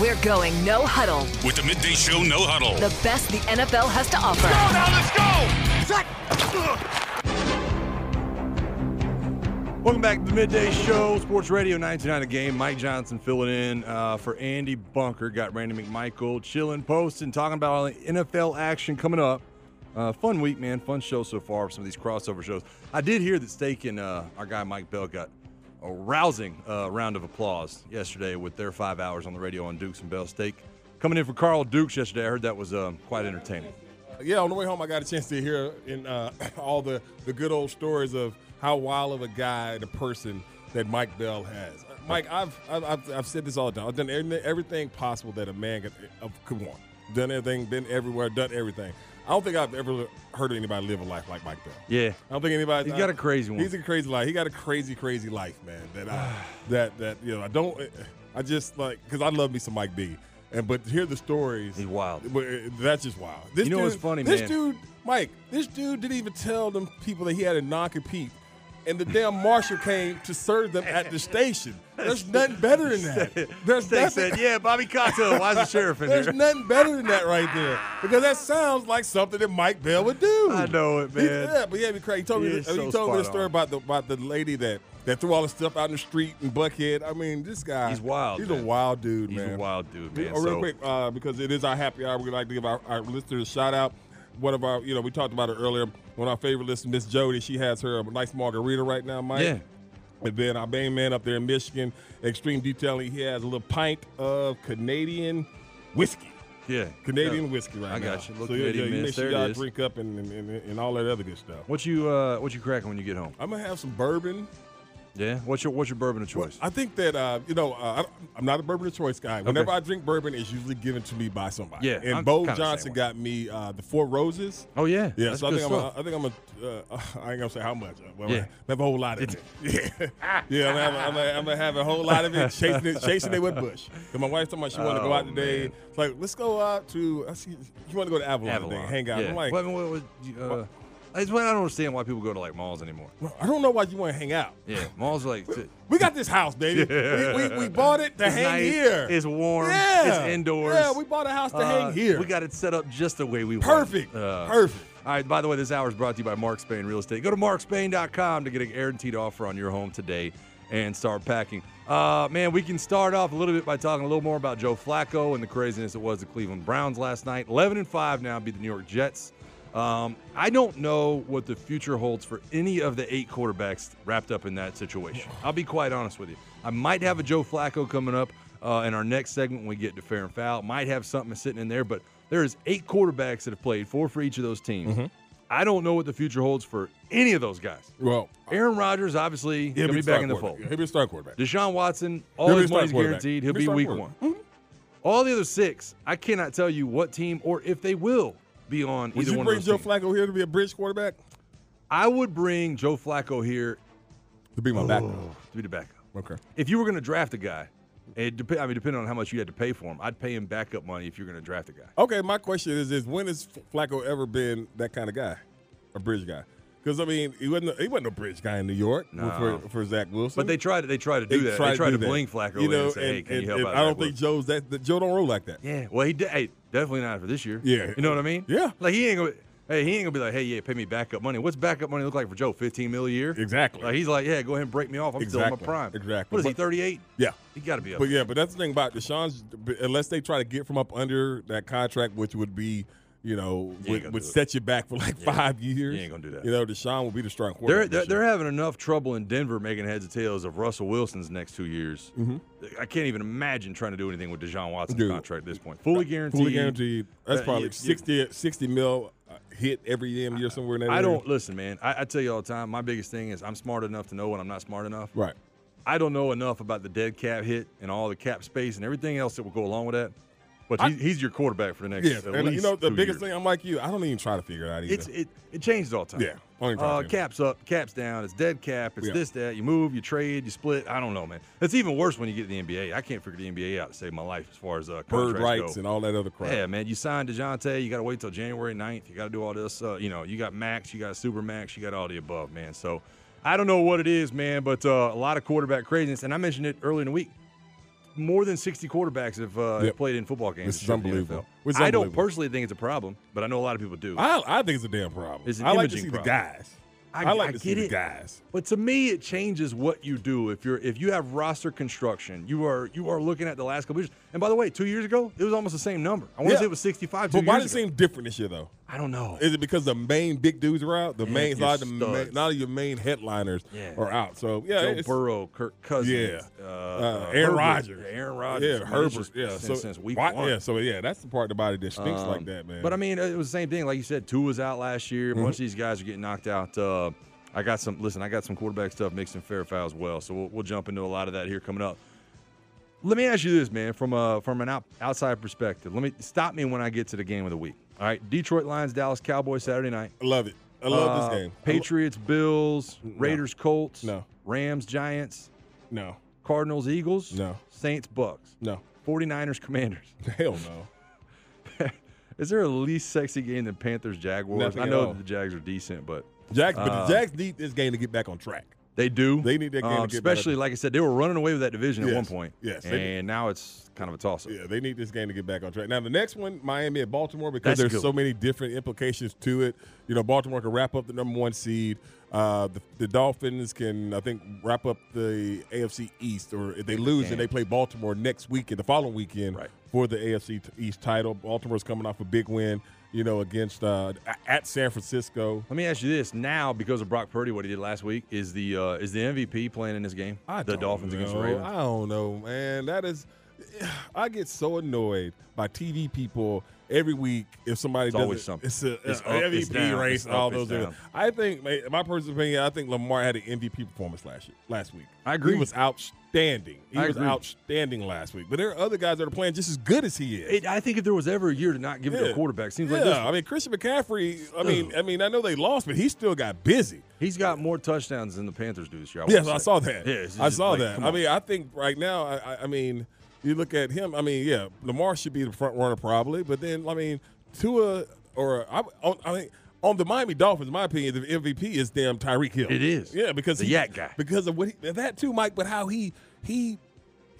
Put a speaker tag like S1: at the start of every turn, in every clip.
S1: We're going no huddle.
S2: With the midday show, no huddle.
S1: The best the NFL has to offer.
S3: Welcome back to the Midday Show, Sports Radio 99 a game. Mike Johnson filling in uh, for Andy Bunker. Got Randy McMichael chilling, posting, talking about all the NFL action coming up. Uh, fun week, man. Fun show so far. Some of these crossover shows. I did hear that Steak and uh, our guy Mike Bell got a rousing uh, round of applause yesterday with their five hours on the radio on Dukes and Bell. Steak coming in for Carl Dukes yesterday. I heard that was um, quite entertaining.
S4: Yeah, on the way home, I got a chance to hear in uh, all the, the good old stories of how wild of a guy and a person that Mike Bell has. Uh, Mike, I've, I've- I've I've said this all the time. I've done everything, everything possible that a man could, uh, could want. Done everything, been everywhere, done everything. I don't think I've ever heard anybody live a life like Mike Bell.
S3: Yeah.
S4: I don't think anybody.
S3: He's got a crazy one.
S4: He's a crazy life. He got a crazy, crazy life, man. That I, that that you know, I don't. I just like because I love me some Mike B. And but hear the stories.
S3: He's wild.
S4: But uh, that's just wild. This
S3: You know
S4: dude,
S3: what's funny,
S4: this
S3: man?
S4: dude, Mike, this dude didn't even tell them people that he had a non-compete. And the damn marshal came to serve them at the station. There's nothing better than that. There's
S3: Steak
S4: nothing.
S3: said, yeah, Bobby Cotto. Why is the sheriff in
S4: There's
S3: here?
S4: nothing better than that right there because that sounds like something that Mike Bell would do.
S3: I know it,
S4: He-
S3: man.
S4: yeah, but yeah, he cra- he told me
S3: He
S4: he
S3: is so
S4: told me the
S3: spot
S4: story
S3: on.
S4: about the about the lady that that threw all the stuff out in the street in Buckhead. I mean, this guy.
S3: He's wild,
S4: He's a
S3: man.
S4: wild dude,
S3: He's
S4: man.
S3: a wild dude,
S4: Hey,
S3: man.
S4: oh, real
S3: So-
S4: quick, uh, because it is our happy hour, we'd like to give our, our listeners a shout out. One of our, you know, we talked about it earlier. One of our favorite listeners, Miss Jody, she has her um, nice margarita right now, Mike.
S3: Yeah.
S4: And then our main man up there in Michigan, Extreme Detailing, he has a little pint of Canadian whiskey.
S3: Yeah.
S4: Canadian
S3: Yeah.
S4: whiskey right
S3: I
S4: now.
S3: got you. Little
S4: So, yeah,
S3: Canadian
S4: yeah, you
S3: mist.
S4: make sure
S3: There it
S4: y'all
S3: is.
S4: drink up and, and, and, and all that other good stuff.
S3: What you uh, what you cracking when you get home?
S4: I'm gonna have some bourbon.
S3: Yeah. What's your what's your bourbon of choice?
S4: I think that uh, you know uh, I- I'm not a bourbon of choice guy. Whenever I drink bourbon, it's usually given to me by somebody.
S3: Yeah,
S4: and
S3: I'm
S4: Bo
S3: kinda the same
S4: Johnson
S3: way.
S4: got me uh, the Four Roses.
S3: oh yeah.
S4: Yeah,
S3: That's
S4: so I
S3: good
S4: think, I'm
S3: stuff.
S4: a, I think I'm a, uh, I ain't gonna say how much. Well,
S3: Yeah.
S4: yeah. have a whole lot of it. Yeah, yeah, I'm gonna, have, I'm, gonna, I'm gonna have a whole lot of it, chasing it, chasing it with Bush. Cause my wife's talking about she want to go
S3: Oh,
S4: out today.
S3: man.
S4: It's like let's go out to. I see you want to go to Avalon, today, hang out.
S3: Yeah.
S4: I'm like,
S3: Well, I mean, what would you, uh, it's what I don't understand why people go to like malls anymore.
S4: "Well, I don't know why you want to hang out.
S3: Yeah, malls are like t-
S4: We got this house, baby. We, we, we bought it to
S3: it's
S4: hang
S3: nice,
S4: here.
S3: It's warm.
S4: Yeah.
S3: It's indoors.
S4: Yeah, we bought a house to
S3: Uh,
S4: hang here.
S3: We got it set up just the way we
S4: perfect,
S3: want. it. Uh,
S4: perfect.
S3: All right, by the way, this hour is brought to you by Mark Spain Real Estate. Go to markspain.com to get a guaranteed offer on your home today and start packing. Uh, man, we can start off a little bit by talking a little more about Joe Flacco and the craziness it was the Cleveland Browns last night. 11 and 5 now beat the New York Jets. Um, I don't know what the future holds for any of the eight quarterbacks wrapped up in that situation. I'll be quite honest with you. I might have a Joe Flacco coming up uh, in our next segment when we get to fair and foul. Might have something sitting in there, but there is eight quarterbacks that have played, four for each of those teams.
S4: Mm-hmm.
S3: I don't know what the future holds for any of those guys.
S4: Well,
S3: Aaron Rodgers obviously going
S4: he'll
S3: to be
S4: the
S3: back
S4: star
S3: in the
S4: quarterback.
S3: fold.
S4: He'll be a star quarterback.
S3: Deshaun Watson, all
S4: He'll be
S3: his
S4: the
S3: money's
S4: starting quarterback.
S3: guaranteed.
S4: He'll
S3: He'll
S4: be
S3: be
S4: starting
S3: week one.
S4: quarterback. Mm-hmm.
S3: All the other six, I cannot tell you what team or if they will be on
S4: Would
S3: either
S4: you
S3: one
S4: bring
S3: of those
S4: Joe
S3: teams.
S4: Flacco here to be a bridge quarterback?
S3: I would bring Joe Flacco here
S4: To be my
S3: to be the backup.
S4: Okay.
S3: If you were going to draft a guy, it dep- I mean, depending on how much you had to pay for him, I'd pay him backup money if you're going to draft a guy.
S4: Okay, my question is: Is when has Flacco ever been that kind of guy, a bridge guy? Because I mean, he wasn't he wasn't a bridge guy in New York
S3: No.
S4: for, for Zach Wilson.
S3: But they tried. They tried to do that. they tried to, bling Flacco
S4: You know,
S3: in and say, "Hey,
S4: and-
S3: can
S4: and-
S3: you help
S4: and
S3: out?"
S4: I don't
S3: Zach
S4: think
S3: Wilson?
S4: Joe's that, that Joe don't roll like that.
S3: Yeah. Well, he did. Hey, definitely not for this year.
S4: Yeah.
S3: You know what I mean?
S4: Yeah.
S3: Like he ain't gonna. Hey, he ain't gonna be like, hey, yeah, pay me backup money. What's backup money look like for Joe? 15 mil a year?
S4: Exactly.
S3: Like, he's like, yeah, go ahead and break me off. I'm still in my
S4: Exactly.
S3: prime.
S4: Exactly.
S3: What is he,
S4: But-
S3: 38?
S4: Yeah.
S3: He got to be up.
S4: But yeah, but that's the thing about Deshaun's. Unless they try to get from up under that contract, which would be, you know,
S3: ain't
S4: would,
S3: gonna
S4: would
S3: do it.
S4: set you back for like five years.
S3: You ain't gonna do that.
S4: You know, Deshaun will be the strong
S3: They're,
S4: quarterback.
S3: they're,
S4: this
S3: they're
S4: year.
S3: having enough trouble in Denver making heads or tails of Russell Wilson's next two years. I can't even imagine trying to do anything with Deshaun Watson's
S4: Mm-hmm. Dude.
S3: contract at this point. Fully guaranteed.
S4: Fully guaranteed. That's
S3: Uh,
S4: probably
S3: you- you-
S4: 60, 60 mil uh, hit every damn year somewhere. in that
S3: I
S4: area.
S3: don't listen, man. I, I tell you all the time. My biggest thing is I'm smart enough to know when I'm not smart enough.
S4: Right.
S3: I don't know enough about the dead cap hit and all the cap space and everything else that will go along with that. But he's, he's your quarterback for the next.
S4: Yeah.
S3: at
S4: And uh, you
S3: least
S4: know, the
S3: two
S4: biggest
S3: years.
S4: thing, I'm like you. I don't even try to figure it out either.
S3: It's it, it changes all the time.
S4: Yeah, I ain't
S3: Uh,
S4: talking.
S3: caps up, caps down. It's dead cap. It's
S4: Yeah.
S3: this that. You move, you trade, you split. I don't know, man. It's even worse when you get to the NBA. I can't figure the NBA out to save my life as far as uh,
S4: Bird
S3: contracts
S4: rights
S3: go.
S4: and all that other crap.
S3: Yeah, man. You signed DeJounte. You got to wait till January 9th. You got to do all this. Uh, you know, you got Max. You got Super Max. You got all the above, man. So I don't know what it is, man, but uh, a lot of quarterback craziness. And I mentioned it earlier in the week. More than 60 quarterbacks have, uh, have
S4: Yep.
S3: played in football games.
S4: This
S3: this
S4: is
S3: year in the
S4: unbelievable.
S3: NFL.
S4: It's
S3: I don't
S4: unbelievable.
S3: personally think it's a problem, but I know a lot of people do.
S4: I, I think it's a damn problem.
S3: It's an
S4: I like to
S3: imaging
S4: see the
S3: problem.
S4: guys. I, like to see the guys.
S3: But to me, it changes what you do if you're if you have roster construction. You are you are looking at the last couple years. And by the way, two years ago, it was almost the same number. I want to
S4: Yeah.
S3: say it was 65. Two
S4: But why
S3: years
S4: does it
S3: ago.
S4: seem different this year, though?
S3: I don't know.
S4: Is it because the main big dudes are out? The
S3: Yeah,
S4: main,
S3: your
S4: not the main,
S3: studs.
S4: none of your main headliners
S3: Yeah.
S4: are out. So yeah,
S3: Joe
S4: it's-
S3: Burrow, Kirk Cousins,
S4: Yeah.
S3: uh,
S4: uh,
S3: uh,
S4: Aaron
S3: Herbert.
S4: Rodgers,
S3: Yeah, Aaron Rodgers,
S4: yeah,
S3: Man,
S4: Herbert,
S3: it's just
S4: yeah.
S3: since,
S4: so
S3: since week
S4: why-
S3: one.
S4: yeah, so yeah, that's the part about it that stinks like
S3: Um,
S4: that, man. Mm-hmm.
S3: But I mean, it was the same thing. Like you said, two was out last year. A bunch of these guys are getting knocked out. Uh, I got some. Listen, I got some quarterback stuff mixed in fair foul as well. So we'll, we'll jump into a lot of that here coming up. Let me ask you this, man, from a from an out, outside perspective. Let me stop me when I get to the game of the week. All right, Detroit Lions, Dallas Cowboys Saturday night.
S4: I love it. I love
S3: Uh,
S4: this game. I lo-
S3: Patriots, Bills, Raiders, Colts,
S4: No.
S3: Rams, Giants,
S4: no,
S3: Cardinals, Eagles,
S4: No.
S3: Saints, Bucks,
S4: no,
S3: 49ers, Commanders.
S4: hell no.
S3: Is there a least sexy game than Panthers Jaguars?
S4: Nothing
S3: I
S4: at
S3: know
S4: all.
S3: that the Jags are decent, but
S4: Jack,
S3: Uh,
S4: but the Jacks need this game to get back on track.
S3: they do.
S4: They need that game to
S3: Um,
S4: get
S3: especially,
S4: better.
S3: like I said, they were running away with that division at
S4: Yes,
S3: one point.
S4: yes, they
S3: and
S4: did.
S3: now it's kind of a toss-up.
S4: Yeah, they need this game to get back on track. Now the next one, Miami at Baltimore, because
S3: That's
S4: there's
S3: good.
S4: so many different implications to it. You know, Baltimore can wrap up the number one seed. Uh, the, the Dolphins can, I think, wrap up the AFC East. Or if they lose, then they play Baltimore next weekend, the following weekend
S3: Right.
S4: for the AFC t- East title. Baltimore's coming off a big win, you know, against uh, a- at San Francisco.
S3: Let me ask you this: Now, because of Brock Purdy, what he did last week is the uh, is the MVP playing in this game?
S4: I
S3: the
S4: don't
S3: Dolphins against the
S4: know.
S3: Ravens.
S4: I don't know, man. That is, I get so annoyed by TV people every week if somebody
S3: It's
S4: does
S3: always
S4: it.
S3: something.
S4: It's a uh,
S3: It's
S4: a
S3: up,
S4: MVP
S3: it's down,
S4: race
S3: it's
S4: and all
S3: up, it's
S4: those. things.
S3: down.
S4: I think, man, my personal opinion, I think Lamar had an MVP performance last year. Last week,
S3: I agree.
S4: He was outstanding. He
S3: I
S4: was
S3: agree.
S4: outstanding last week. But there are other guys that are playing just as good as he is.
S3: It- I think if there was ever a year to not give it to a
S4: Yeah.
S3: quarterback, seems
S4: yeah,
S3: like this.
S4: I mean Christian McCaffrey. I mean, I mean, I know they lost, but he still got busy.
S3: He's got more touchdowns than the Panthers do this year. I
S4: Yes,
S3: wanna
S4: I
S3: say.
S4: saw that.
S3: Yeah, it's
S4: I
S3: just
S4: saw
S3: like,
S4: that.
S3: come
S4: I
S3: on.
S4: mean, I think right now, I, I, I mean, you look at him. I mean, yeah, Lamar should be the front runner probably, but then I mean, Tua or I, on, I mean, on the Miami Dolphins, in my opinion, the MVP is damn Tyreek Hill.
S3: It is.
S4: Yeah, because
S3: The
S4: he-
S3: yak guy.
S4: Because of what he, that too, Mike. But how he he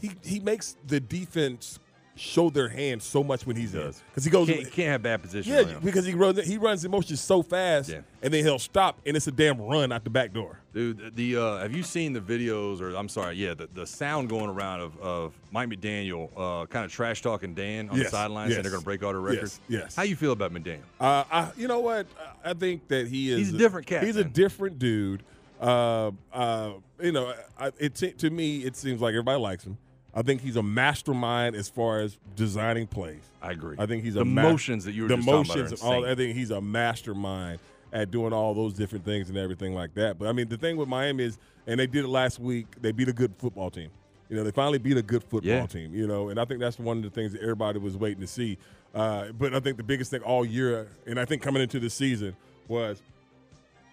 S4: he he makes the defense show their hand so much when he's does because he goes
S3: Can't, can't have bad position.
S4: yeah
S3: around.
S4: because he runs he runs emotions so fast
S3: Yeah.
S4: and then he'll stop and it's a damn run out the back door.
S3: Dude, the uh, have you seen the videos or I'm sorry, yeah, the, the sound going around of, of Mike McDaniel uh, kind of trash talking Dan on the
S4: Yes,
S3: sideline saying
S4: yes,
S3: they're going to break all the
S4: yes,
S3: records.
S4: yes.
S3: How you feel about McDaniel?
S4: Uh, I, you know what? I I think that he is.
S3: He's a different cat,
S4: He's a
S3: man.
S4: different dude. Uh, uh, you know, I, it se- to me it seems like everybody likes him. I think he's a mastermind as far as designing plays.
S3: I agree.
S4: I think he's
S3: The
S4: a ma-
S3: motions that you were
S4: the
S3: just talking about are
S4: motions and all.
S3: insane.
S4: I think he's a mastermind at doing all those different things and everything like that. But I mean, the thing with Miami is, and they did it last week. They beat a good football team. You know, they finally beat a good football
S3: Yeah.
S4: team. You know, and I think that's one of the things that everybody was waiting to see. Uh, but I think the biggest thing all year, and I think coming into the season, was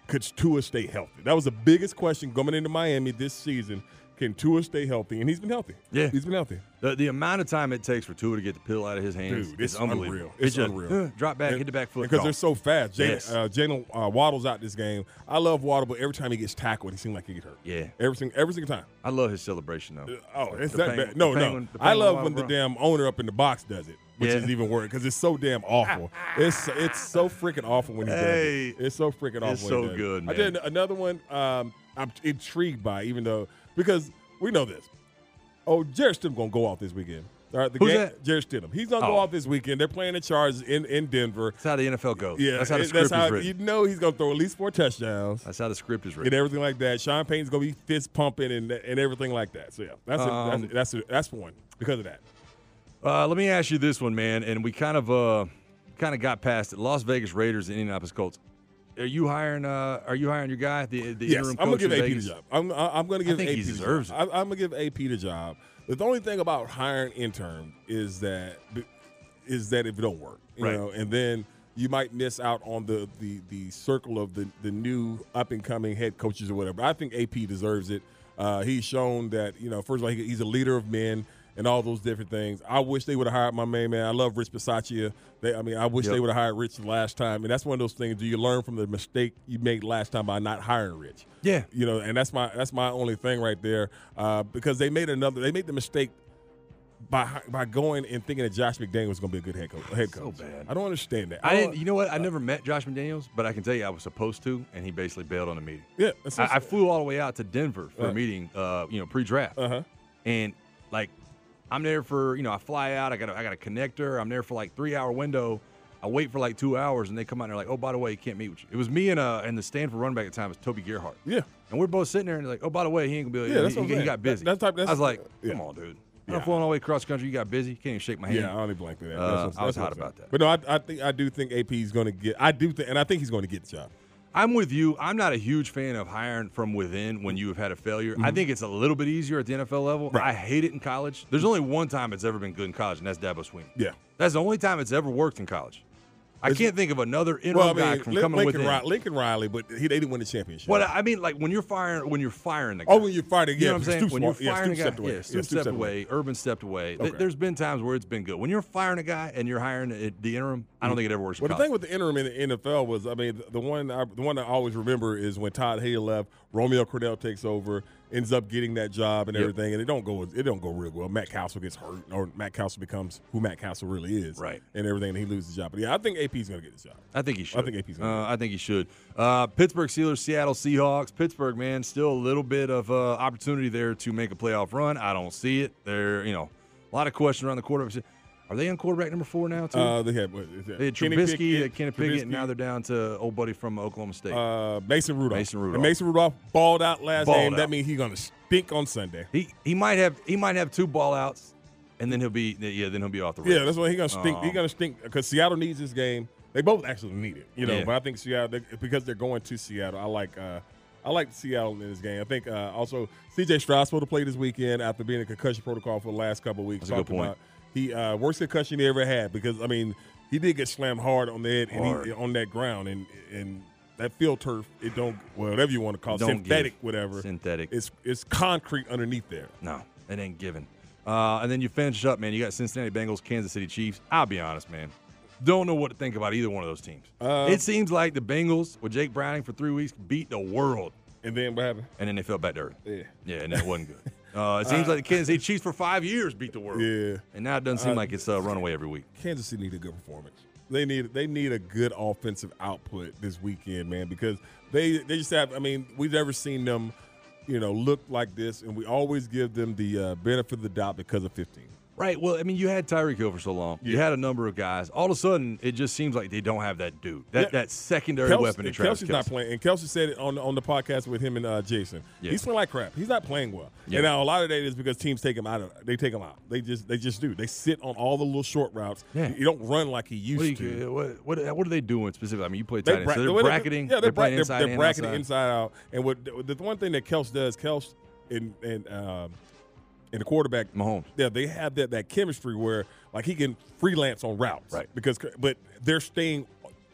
S4: could Tua stay healthy? That was the biggest question coming into Miami this season. Can Tua stay healthy? And he's been healthy.
S3: Yeah.
S4: he's been healthy.
S3: The, the amount of time it takes for Tua to get the pill out of his hands
S4: Dude,
S3: is
S4: it's
S3: unbelievable.
S4: unreal. It's
S3: just,
S4: unreal.
S3: uh, drop back, hit the back foot.
S4: because they're
S3: golf.
S4: so fast. Jalen
S3: Yes.
S4: uh, Jalen, uh, Waddle's out this game. I love Waddle, but every time he gets tackled, he seems like he get hurt.
S3: Yeah.
S4: every single every single time.
S3: I love his celebration though.
S4: Oh, it's
S3: The
S4: that
S3: penguin-
S4: bad. No,
S3: the
S4: no.
S3: penguin- the
S4: I
S3: penguin
S4: love when the
S3: Waddle.
S4: damn owner up in the box does it, which
S3: Yeah.
S4: is even worse because it's so damn awful. it's it's so freaking awful when he
S3: Hey.
S4: does it. It's so freaking awful.
S3: It's
S4: when
S3: so
S4: he does it.
S3: good,
S4: I did
S3: man.
S4: another one. Um, I'm intrigued by even though because we know this. Oh, Jared Stidham gonna go off this weekend. All right, the
S3: Who's
S4: game,
S3: that?
S4: Jared Stidham. He's gonna go
S3: Oh.
S4: off this weekend. They're playing the Chargers in in Denver.
S3: That's how the NFL goes.
S4: Yeah,
S3: that's how the
S4: it-
S3: script
S4: that's how
S3: is written.
S4: you know he's gonna throw at least four touchdowns
S3: that's how the script is
S4: and
S3: written.
S4: everything like that. Sean Payton's gonna be fist pumping and and everything like that. So yeah, that's
S3: Um,
S4: a, that's a, that's a, that's one because of that.
S3: Uh, let me ask you this one, man. And we kind of uh, kind of got past it. Las Vegas Raiders and Indianapolis Colts. Are you hiring? Uh, are you hiring your guy? The the
S4: Yes,
S3: interim
S4: I'm
S3: coach
S4: gonna give
S3: in
S4: AP
S3: Vegas?
S4: the job. I'm I- I'm gonna give
S3: think
S4: AP
S3: he
S4: the
S3: deserves
S4: job. I, I'm gonna give AP the job. The only thing about hiring intern is that is that if it don't work, you
S3: Right.
S4: know, and then you might miss out on the the the circle of the the new up and coming head coaches or whatever. I think AP deserves it. Uh, he's shown that you know, first of all, he, he's a leader of men. And all those different things. I wish they would have hired my main man. I love Rich Pisaccia. They, I mean, I wish
S3: Yep.
S4: they would have hired Rich the last time. And that's one of those things. Do you learn from the mistake you made last time by not hiring Rich?
S3: Yeah.
S4: you know, and that's my that's my only thing right there, uh, because they made another they made the mistake by by going and thinking that Josh McDaniel was going to be a good head coach. Head
S3: So
S4: coach.
S3: bad.
S4: I don't understand that.
S3: I
S4: don't-
S3: didn't, you know what? I never met Josh McDaniels, but I can tell you I was supposed to, and he basically bailed on the meeting.
S4: yeah, that's
S3: I, I flew all the way out to Denver for a meeting, uh, you know, pre-draft,
S4: Uh-huh.
S3: and like I'm there for you know I fly out, I got a, I got a connector, I'm there for like three hour window, I wait for like two hours, and they come out and they're like, oh by the way, you can't meet with you. It was me and uh and the Stanford running back at the time was Toby Gerhart.
S4: yeah.
S3: And we're both sitting there and like, oh, by the way, he ain't gonna be.
S4: Yeah, that's
S3: he,
S4: what I'm
S3: he, he
S4: saying.
S3: got
S4: That-
S3: busy.
S4: that's type- that's-
S3: I was like,
S4: yeah.
S3: come on, dude. I'm
S4: Yeah.
S3: flying all the way across country. You got busy. You can't even shake my hand.
S4: Yeah, I only blank for
S3: Uh,
S4: that. That's what-
S3: I was
S4: that's what
S3: hot
S4: I'm saying.
S3: about that.
S4: But no, I, I think I do think AP is going to get. I do think, and I think he's going to get the job.
S3: I'm with you. I'm not a huge fan of hiring from within when you have had a failure.
S4: Mm-hmm.
S3: I think it's a little bit easier at the NFL level. I hate it in college. There's only one time it's ever been good in college, and that's Dabo Sweeney.
S4: Yeah.
S3: That's the only time it's ever worked in college. I can't think of another interim
S4: Well, I
S3: guy
S4: mean,
S3: from
S4: Lin-
S3: coming
S4: Lincoln,
S3: within.
S4: Riley, Lincoln Riley, but he, they didn't win the championship.
S3: What I mean, like when you're firing, when you're firing the guy.
S4: Oh, when you're fighting,
S3: You
S4: yeah,
S3: know what I'm saying?
S4: Stoops
S3: When you're
S4: wa- yeah,
S3: firing
S4: Stoops
S3: a guy,
S4: stepped away.
S3: yeah,
S4: Yeah,
S3: Stoops
S4: Stoops
S3: stepped
S4: stepped
S3: away, Urban stepped away. Th-
S4: Okay.
S3: There's been times where it's been good. When you're firing a guy and you're hiring a- the interim, I don't think it ever works. in
S4: Mm. Well, the
S3: college.
S4: thing with the interim in the NFL was, I mean, the one I, the one I always remember is when Todd Hay left, Romeo Cornell takes over, ends up getting that job and
S3: Yep.
S4: everything, and it don't go it don't go real well. Matt Castle gets hurt, or Matt Castle becomes who Matt Castle really is,
S3: Right.
S4: And everything, and he loses the job. But yeah, I think AP's going to get the job.
S3: I think he should.
S4: think AP's gonna
S3: Uh, I think he should. Uh, Pittsburgh Steelers, Seattle Seahawks. Pittsburgh, man, still a little bit of uh, opportunity there to make a playoff run. I don't see it. They're, you know, a lot of questions around the quarterback. Are they on quarterback number four now too?
S4: Uh, they had, what, is that
S3: they had
S4: Kenny
S3: Trubisky,
S4: Pickett,
S3: they had Kenny Pickett, and now
S4: Trubisky,
S3: they're down to old buddy from Oklahoma State.
S4: uh, Mason Rudolph.
S3: Mason
S4: And
S3: Rudolph.
S4: Mason Rudolph balled out last
S3: Balled
S4: game.
S3: out.
S4: That means he's going to stink on Sunday.
S3: he he might have he might have two ball outs, and then he'll be yeah then he'll be off the rails.
S4: Yeah, that's why he's gonna stink.
S3: Um,
S4: he's gonna stink because Seattle needs this game. They both actually need it, you know.
S3: Yeah.
S4: But I think Seattle they, because they're going to Seattle. I like uh, I like Seattle in this game. I think uh, also C.J. Stroud supposed to play this weekend after being in concussion protocol for the last couple of weeks.
S3: That's a good
S4: Talked
S3: point.
S4: about He uh, worst concussion he ever had because I mean he did get slammed hard on the head and
S3: Hard.
S4: he, on that ground and and that field turf it don't well, whatever you want to call it,
S3: Don't give.
S4: synthetic whatever
S3: Synthetic.
S4: it's it's concrete underneath there.
S3: No, it ain't given. Uh, and then you finish up, man. You got Cincinnati Bengals, Kansas City Chiefs. I'll be honest, man. Don't know what to think about either one of those teams.
S4: Um,
S3: it seems like the Bengals with Jake Browning for three weeks beat the world,
S4: And then what happened?
S3: and then they fell back to earth.
S4: Yeah.
S3: Yeah, and that wasn't good. Uh, it seems like the Kansas City Chiefs for five years beat the world.
S4: Yeah. Uh,
S3: And now it doesn't seem like it's a runaway every week.
S4: Kansas City need a good performance. They need they need a good offensive output this weekend, man, because they they just have. I mean, we've never seen them, you know, look like this, and we always give them the uh, benefit of the doubt because of 15.
S3: Right. Well, I mean, you had Tyreek Hill for so long. You
S4: Yeah.
S3: had a number of guys. All of a sudden, it just seems like they don't have that dude, that,
S4: Yeah.
S3: that secondary
S4: Kelsey-
S3: weapon to
S4: and
S3: Travis
S4: Kelsey's not
S3: Kelce.
S4: playing, and Kelsey said it on on the podcast with him and uh, Jason.
S3: Yeah.
S4: He's playing like crap. He's not playing well.
S3: Yeah.
S4: And now a lot of that is because teams take him out. Of, they take him out. They just they just do. They sit on all the little short routes.
S3: Yeah.
S4: You don't run like he used
S3: What are,
S4: to.
S3: you, what, what, what are they doing specifically? I mean, you play tight end,
S4: bra-
S3: so
S4: the
S3: they're
S4: way they-
S3: bracketing.
S4: yeah,
S3: they're
S4: bra-
S3: playing inside
S4: They're
S3: and
S4: bracketing
S3: outside.
S4: inside out. And what the, the one thing that Kels does, Kels and and um, and the quarterback
S3: Mahomes.
S4: yeah, they have that that chemistry where like he can freelance on routes,
S3: Right.
S4: Because but they're staying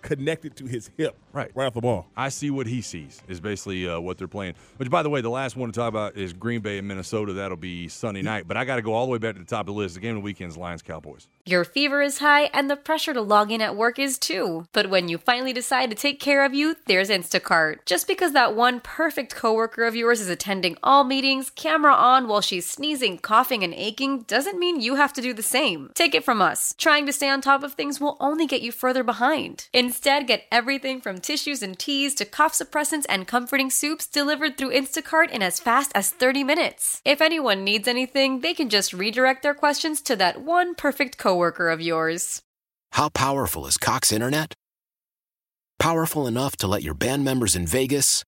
S4: connected to his hip
S3: Right.
S4: right off the ball.
S3: I see what he sees is basically uh, what they're playing. Which, by the way, the last one to talk about is Green Bay and Minnesota. That'll be Sunday night. But I got to go all the way back to the top of the list. The game of the weekend is Lions Cowboys.
S5: Your fever is high and the pressure to log in at work is too. But when you finally decide to take care of you, there's Instacart. Just because that one perfect coworker of yours is attending all meetings, camera on while she's sneezing, coughing, and aching, doesn't mean you have to do the same. Take it from us. Trying to stay on top of things will only get you further behind. Instead, get everything from tissues and teas to cough suppressants and comforting soups delivered through Instacart in as fast as 30 minutes. If anyone needs anything, they can just redirect their questions to that one perfect coworker of yours.
S6: How powerful is Cox Internet? Powerful enough to let your band members in Vegas,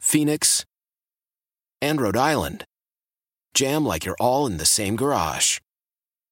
S6: Phoenix, and Rhode Island jam like you're all in the same garage.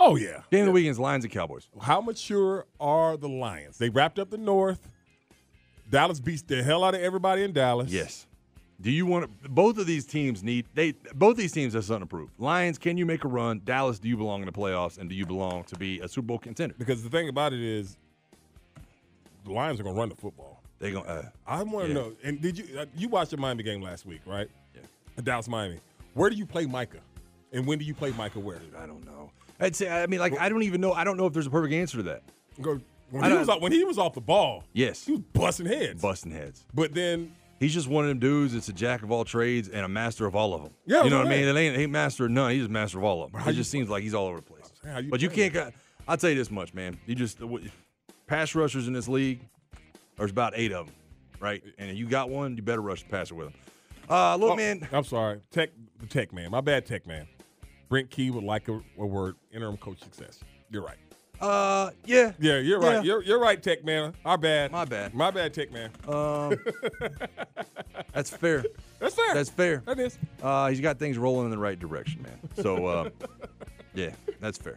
S4: Oh yeah.
S3: Game of the weekend is Lions and Cowboys.
S4: How mature are the Lions? They wrapped up the North. Dallas beats the hell out of everybody in Dallas.
S3: Yes. Do you want to, both of these teams need they both these teams have something to prove. Lions, can you make a run? Dallas, do you belong in the playoffs? And do you belong to be a Super Bowl contender?
S4: Because the thing about it is, the Lions are gonna run the football.
S3: They going uh,
S4: I want to
S3: Yeah.
S4: know. And did you uh, you watched the Miami game last week, right? Yeah. Dallas Miami. Where do you play Micah? And when do you play Micah? Where?
S3: I don't know. I'd say I mean like I don't even know I don't know if there's a perfect answer to that.
S4: Go-
S3: I
S4: When he
S3: don't-
S4: was off, when he was off the ball,
S3: Yes.
S4: he was busting heads.
S3: Busting heads.
S4: But then
S3: He's just one of them dudes that's a jack of all trades and a master of all of them.
S4: Yeah,
S3: you know what I
S4: right.
S3: mean? It ain't, ain't master of none. He's just master of all of them.
S4: how
S3: It
S4: you-
S3: just seems like he's all over the place.
S4: saying, how you
S3: but you
S4: playing?
S3: can't. Got, I'll tell you this much, man. You just uh, w- pass rushers in this league. There's about eight of them, right? And if you got one, you better rush the passer with him. Uh, look,
S4: Oh,
S3: man.
S4: I'm sorry. Tech, the tech man. My bad, tech man. Brent Key would like a, a word. Interim coach success. You're right.
S3: Uh, yeah,
S4: Yeah, you're right.
S3: Yeah.
S4: You're, you're right, tech man. Our bad.
S3: My bad. Uh,
S4: My bad, tech man.
S3: that's fair.
S4: That's fair.
S3: That's fair.
S4: That is.
S3: Uh, he's got things rolling in the right direction, man. So, uh, yeah, that's fair.